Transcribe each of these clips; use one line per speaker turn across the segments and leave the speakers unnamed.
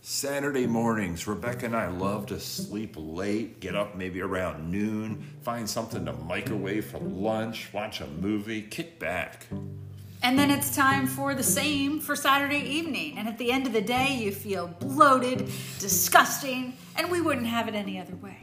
Saturday mornings, Rebecca and I love to sleep late, get up maybe around noon, find something to microwave for lunch, watch a movie, kick back.
And then it's time for the same for Saturday evening. And at the end of the day, you feel bloated, disgusting, and we wouldn't have it any other way.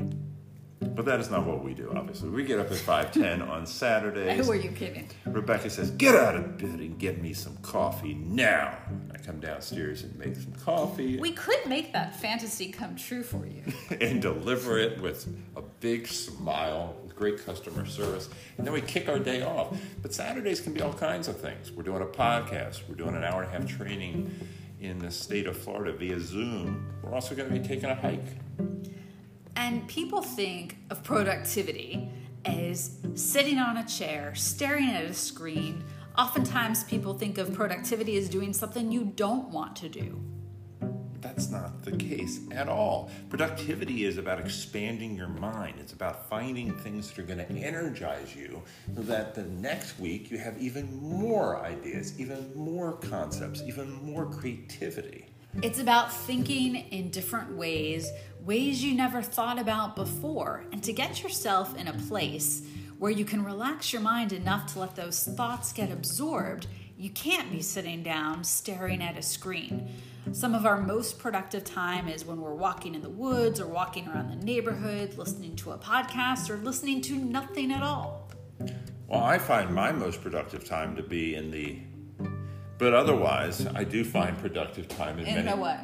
But that is not what we do, obviously. We get up at 5:10 on Saturdays.
Who are you kidding?
Rebecca says, Get out of bed and get me some coffee now. I come downstairs and make some coffee
We could make that fantasy come true for you.
and deliver it with a big smile, with great customer service. And then we kick our day off. But Saturdays can be all kinds of things. We're doing a podcast, we're doing an hour and a half training in the state of Florida via Zoom. We're also going to be taking a hike.
And people think of productivity as sitting on a chair, staring at a screen. Oftentimes, people think of productivity as doing something you don't want to do.
That's not the case at all. Productivity is about expanding your mind. It's about finding things that are going to energize you so that the next week you have even more ideas, even more concepts, even more creativity.
It's about thinking in different ways, ways you never thought about before, and to get yourself in a place where you can relax your mind enough to let those thoughts get absorbed. You can't be sitting down staring at a screen. Some of our most productive time is when we're walking in the woods or walking around the neighborhood, listening to a podcast, or listening to nothing at all.
Well, I find my most productive time to be in the. But otherwise, I do find productive time in,
In
many.
the what?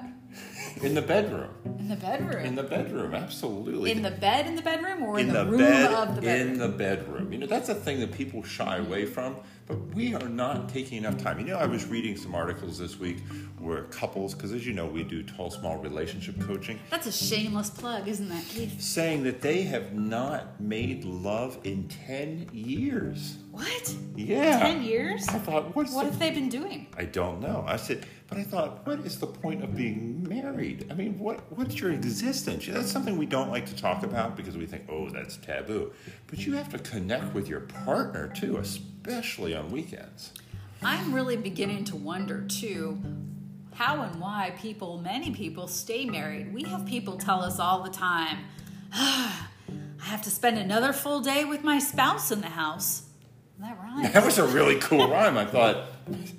In the bedroom.
In the bedroom.
In the bedroom, absolutely.
In the bed in the bedroom or in,
in
the,
the
room
bed,
of the bedroom?
in the bedroom. You know, that's a thing that people shy away from, but we are not taking enough time. You know, I was reading some articles this week where couples, because as you know, we do tall, small relationship coaching,
That's a shameless plug, isn't that, Keith?
saying that they have not made love in 10 years.
What?
Yeah.
10 years?
I thought, what's
What
the
have they been doing?
I don't know. I said, but I thought, what is the point of being married? I mean, what what's your existence? You know, That's something we don't like to talk about because we think, oh, that's taboo. But you have to connect with your partner too, especially on weekends.
I'm really beginning to wonder, too, how and why people, many people, stay married. We have people tell us all the time, "Ah, I have to spend another full day with my spouse in the house. That rhymes.
That was a really cool rhyme. I thought,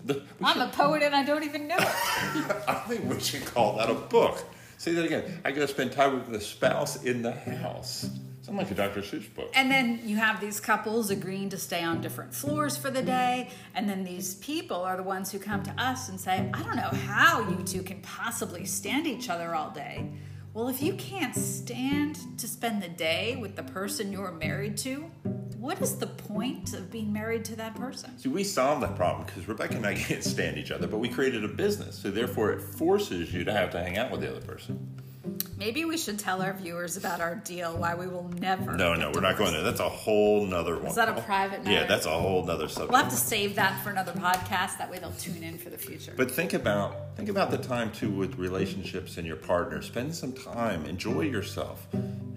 the, we
I'm a poet and I don't even know it.
should- I think we should call that a book. Say that again. I got to spend time with the spouse in the house. Sound like a Dr. Seuss book.
And then you have these couples agreeing to stay on different floors for the day. And then these people are the ones who come to us and say, I don't know how you two can possibly stand each other all day. Well, if you can't stand to spend the day with the person you're married to, what is the point of being married to that person?
See, we solved that problem because Rebecca and I can't stand each other, but we created a business. So therefore, it forces you to have to hang out with the other person.
Maybe we should tell our viewers about our deal, why we will never.
No, no, we're not going there. That's a whole nother one.
Is that a private
Yeah,
matter?
that's a whole nother subject.
We'll have to save that for another podcast. That way they'll tune in for the future.
But think about think about the time too with relationships and your partner. Spend some time, enjoy yourself,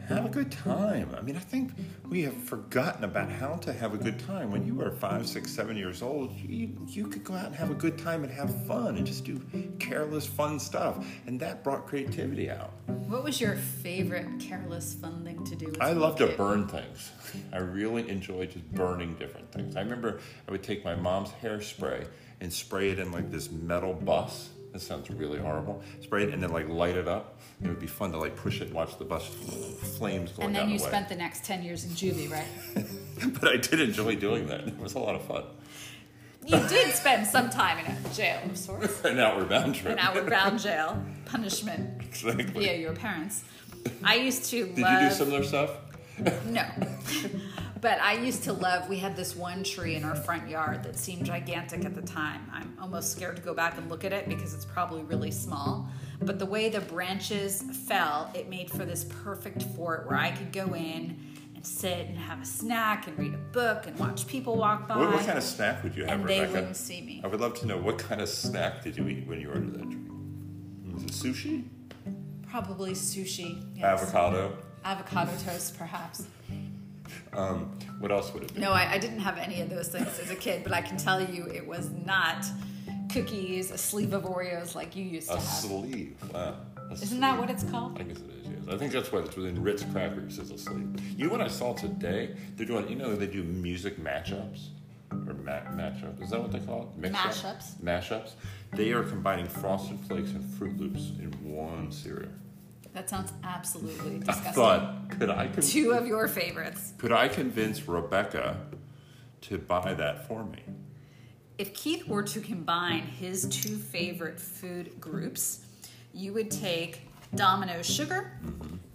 have a good time. I mean, I think we have forgotten about how to have a good time. When you are five, six, seven years old, you, you could go out and have a good time and have fun and just do careless, fun stuff, and that brought creativity out.
What was your favorite careless fun thing to do? as
I
a
love to
kid?
burn things. I really enjoy just burning different things. I remember I would take my mom's hairspray and spray it in like this metal bus. That sounds really horrible. Spray it and then like light it up. It would be fun to like push it and watch the bus flames going
And then
down
you
the way.
spent the next 10 years in juvie, right?
but I did enjoy doing that. It was a lot of fun.
You did spend some time in a jail of sorts,
An outward bound trip.
an outward bound jail, punishment
exactly.
via your parents. I used to
Did
love.
you do similar stuff?
No. but I used to love, we had this one tree in our front yard that seemed gigantic at the time. I'm almost scared to go back and look at it because it's probably really small. But the way the branches fell, it made for this perfect fort where I could go in and sit and have a snack and read a book and watch people walk by.
What, what kind of snack would you have,
And they
Rebecca?
wouldn't see me.
I would love to know what kind of snack did you eat when you ordered that drink? Was it sushi?
Probably sushi. Yes.
Avocado?
Avocado toast, perhaps.
What else would it be?
No, I, I didn't have any of those things as a kid, but I can tell you it was not cookies, a sleeve of Oreos like you used to
A
have.
sleeve. Wow.
Isn't that what it's called?
I guess it is. Yes, I think that's what it's within Ritz Crackers is asleep. You know what I saw today? They're doing. You know they do music matchups or ma- matchup. Is that what they call it? Mix-up?
Mashups.
Mashups. They are combining Frosted Flakes and Fruit Loops in one cereal.
That sounds
I
absolutely disgusting.
thought, could I con-
Two of your favorites.
could I convince Rebecca to buy that for me?
If Keith were to combine his two favorite food groups, you would take Domino's sugar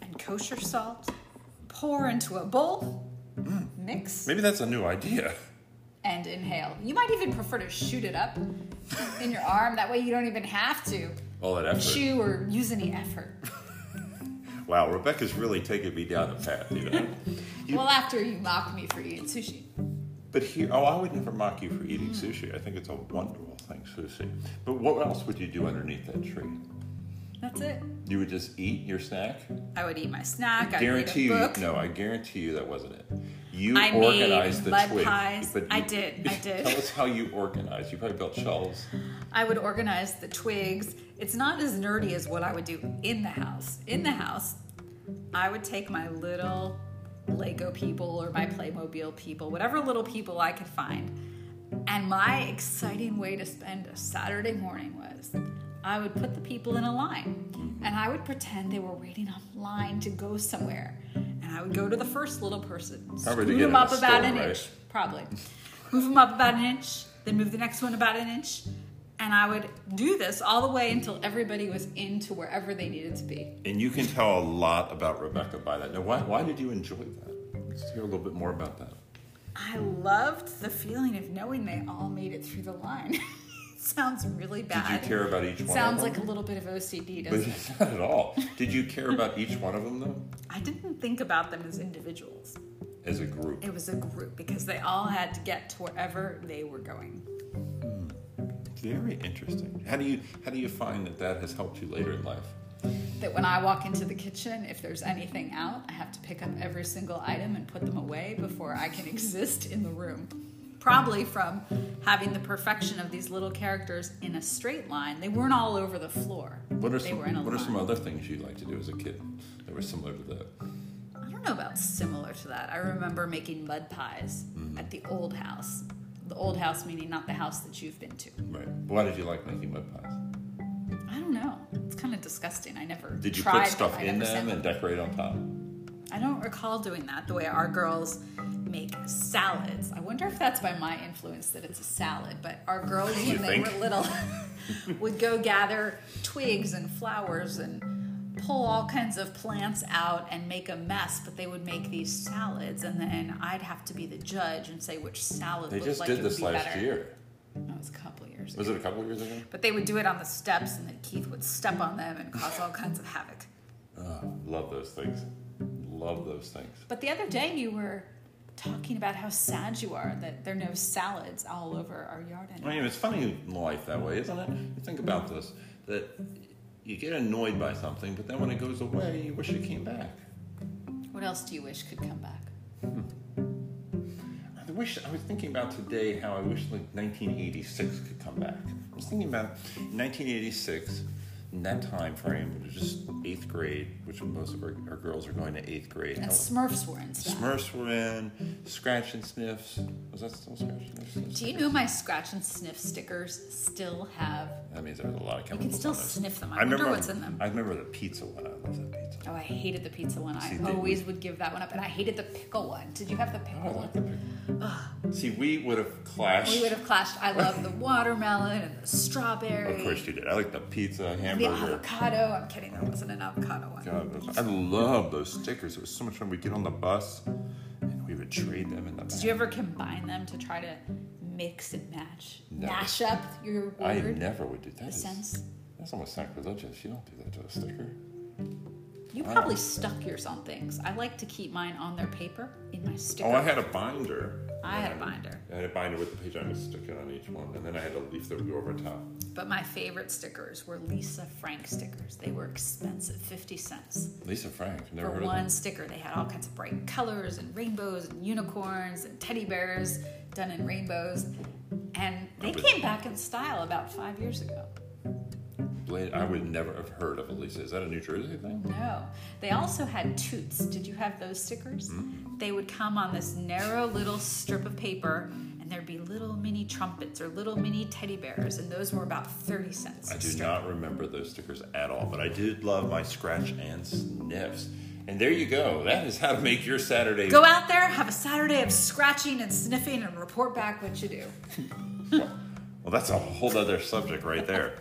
and kosher salt, pour into a bowl, mix,
Maybe that's a new idea.
and inhale. You might even prefer to shoot it up in your arm. That way you don't even have to
All that effort.
chew or use any effort.
Wow, Rebecca's really taking me down a path, you know.
Well, after you mocked me for eating sushi.
But here, oh, I would never mock you for eating sushi. I think it's a wonderful thing, sushi. But what else would you do underneath that tree?
That's it.
You would just eat your snack.
I would eat my snack. I'd
guarantee
read a
you,
book.
no, I guarantee you that wasn't it. You
I made
organized the
mud
twig.
pies.
But
I
you-
did, I did.
Tell us how you organized. You probably built shelves.
I would organize the twigs. It's not as nerdy as what I would do in the house. In the house, I would take my little Lego people or my Playmobil people, whatever little people I could find. And my exciting way to spend a Saturday morning was I would put the people in a line and I would pretend they were waiting online to go somewhere. And I would go to the first little person,
Probably to get
scoot them
in a
up about
store,
an
right?
inch, probably. Move them up about an inch, then move the next one about an inch. And I would do this all the way until everybody was into wherever they needed to be.
And you can tell a lot about Rebecca by that. Now, why, why did you enjoy that? Let's hear a little bit more about that.
I loved the feeling of knowing they all made it through the line. Sounds really
Did you
bad.
care about each one?
Sounds
of them?
like a little bit of OCD,
But
doesn't it?
not at all. Did you care about each one of them though,
I didn't think about them as individuals.
as a group?
It was a group because they all had to get to wherever they were going.
Very interesting. How do you how do you find that that has helped you later in life?
That when I walk into the kitchen, if there's anything out, I have to pick up every single item and put them away before I can exist in the room. Probably from having the perfection of these little characters in a straight line. They weren't all over the floor.
What are
they
some
were in a
What are
line.
some other things you like to do as a kid that were similar to that?
I don't know about similar to that. I remember making mud pies
Mm-hmm.
at the old house. The old house meaning not the house that you've been to.
Right. Why did you like making mud pies?
I don't know. It's kind of disgusting. I never
Did you
tried
put stuff
them. I
in
never sent
them and decorate on top?
I don't recall doing that the way our girls make salads. I wonder if that's by my influence that it's a salad, but our girls,
You
when they
think?
were little, would go gather twigs and flowers and pull all kinds of plants out and make a mess, but they would make these salads, and then I'd have to be the judge and say which salad
They
looked
just
like
did
it would
this
be
last
better.
year.
That was a couple of years ago.
Was it a couple years ago?
But they would do it on the steps, and then Keith would step on them and cause all kinds of havoc.
Oh, love those things. Love those things.
But the other day you were talking about how sad you are that there are no salads all over our yard
I
anymore.
mean, it's funny in life that way, isn't it? You think about this that you get annoyed by something, but then when it goes away, you wish it came back.
What else do you wish could come back?
I wish I was thinking about today how I wish like 1986 could come back. I was thinking about 1986 in that time frame, which was just eighth grade, which most of our, our girls are going to eighth grade.
And
How-
Smurfs were in stock.
Smurfs were in, Scratch and Sniffs. Was that still Scratch and Sniffs?
Do you know my scratch and sniff stickers still have?
That means there was a lot of
You
chemicals.
can still
on those.
sniff them. I, wonder what's in them.
I remember the pizza one. I love that pizza.
oh, I hated the pizza one.
See,
I
they-
always would give that one up, and I hated the pickle one. Did you have the
Oh, I
pickle
like
one?
the pickle. See, we would have clashed.
We would have clashed. I love the watermelon and the strawberry.
Of course you did. I like the pizza,
The
hamburger.
avocado. I'm kidding. There wasn't an avocado one.
God, those- I love those stickers. It was so much fun. We'd get on the bus and we would trade them in the
Did you ever combine them to try to mix and match?
No.
Mash up your word?
I never would do that.
the
is-
sense?
That's almost sacrilegious. You don't do that to a sticker.
You
Wow.
probably stuck yours on things. I like to keep mine on their paper in my sticker.
Oh, I had a binder.
I had a binder.
I had a binder with the page I was sticking on each one, and then I had a leaf that would go over top.
But my favorite stickers were Lisa Frank stickers. They were expensive, 50 cents.
Lisa Frank, never
For
heard
one sticker, they had all kinds of bright colors and rainbows and unicorns and teddy bears done in rainbows. And they
Remember-
came back in style about five years ago.
of them. Blade, I would never have heard of Elisa. Is that a New Jersey thing?
No. They also had toots. Did you have those stickers?
Hmm?
They would come on this narrow little strip of paper, and there'd be little mini trumpets or little mini teddy bears, and those were about 30 cents.
I
a
do
strip.
not remember those stickers at all, but I did love my scratch and sniffs. And there you go. That is how to make your Saturday.
Go out there, have a Saturday of scratching and sniffing, and report back what you do.
Well, that's a whole other subject right there.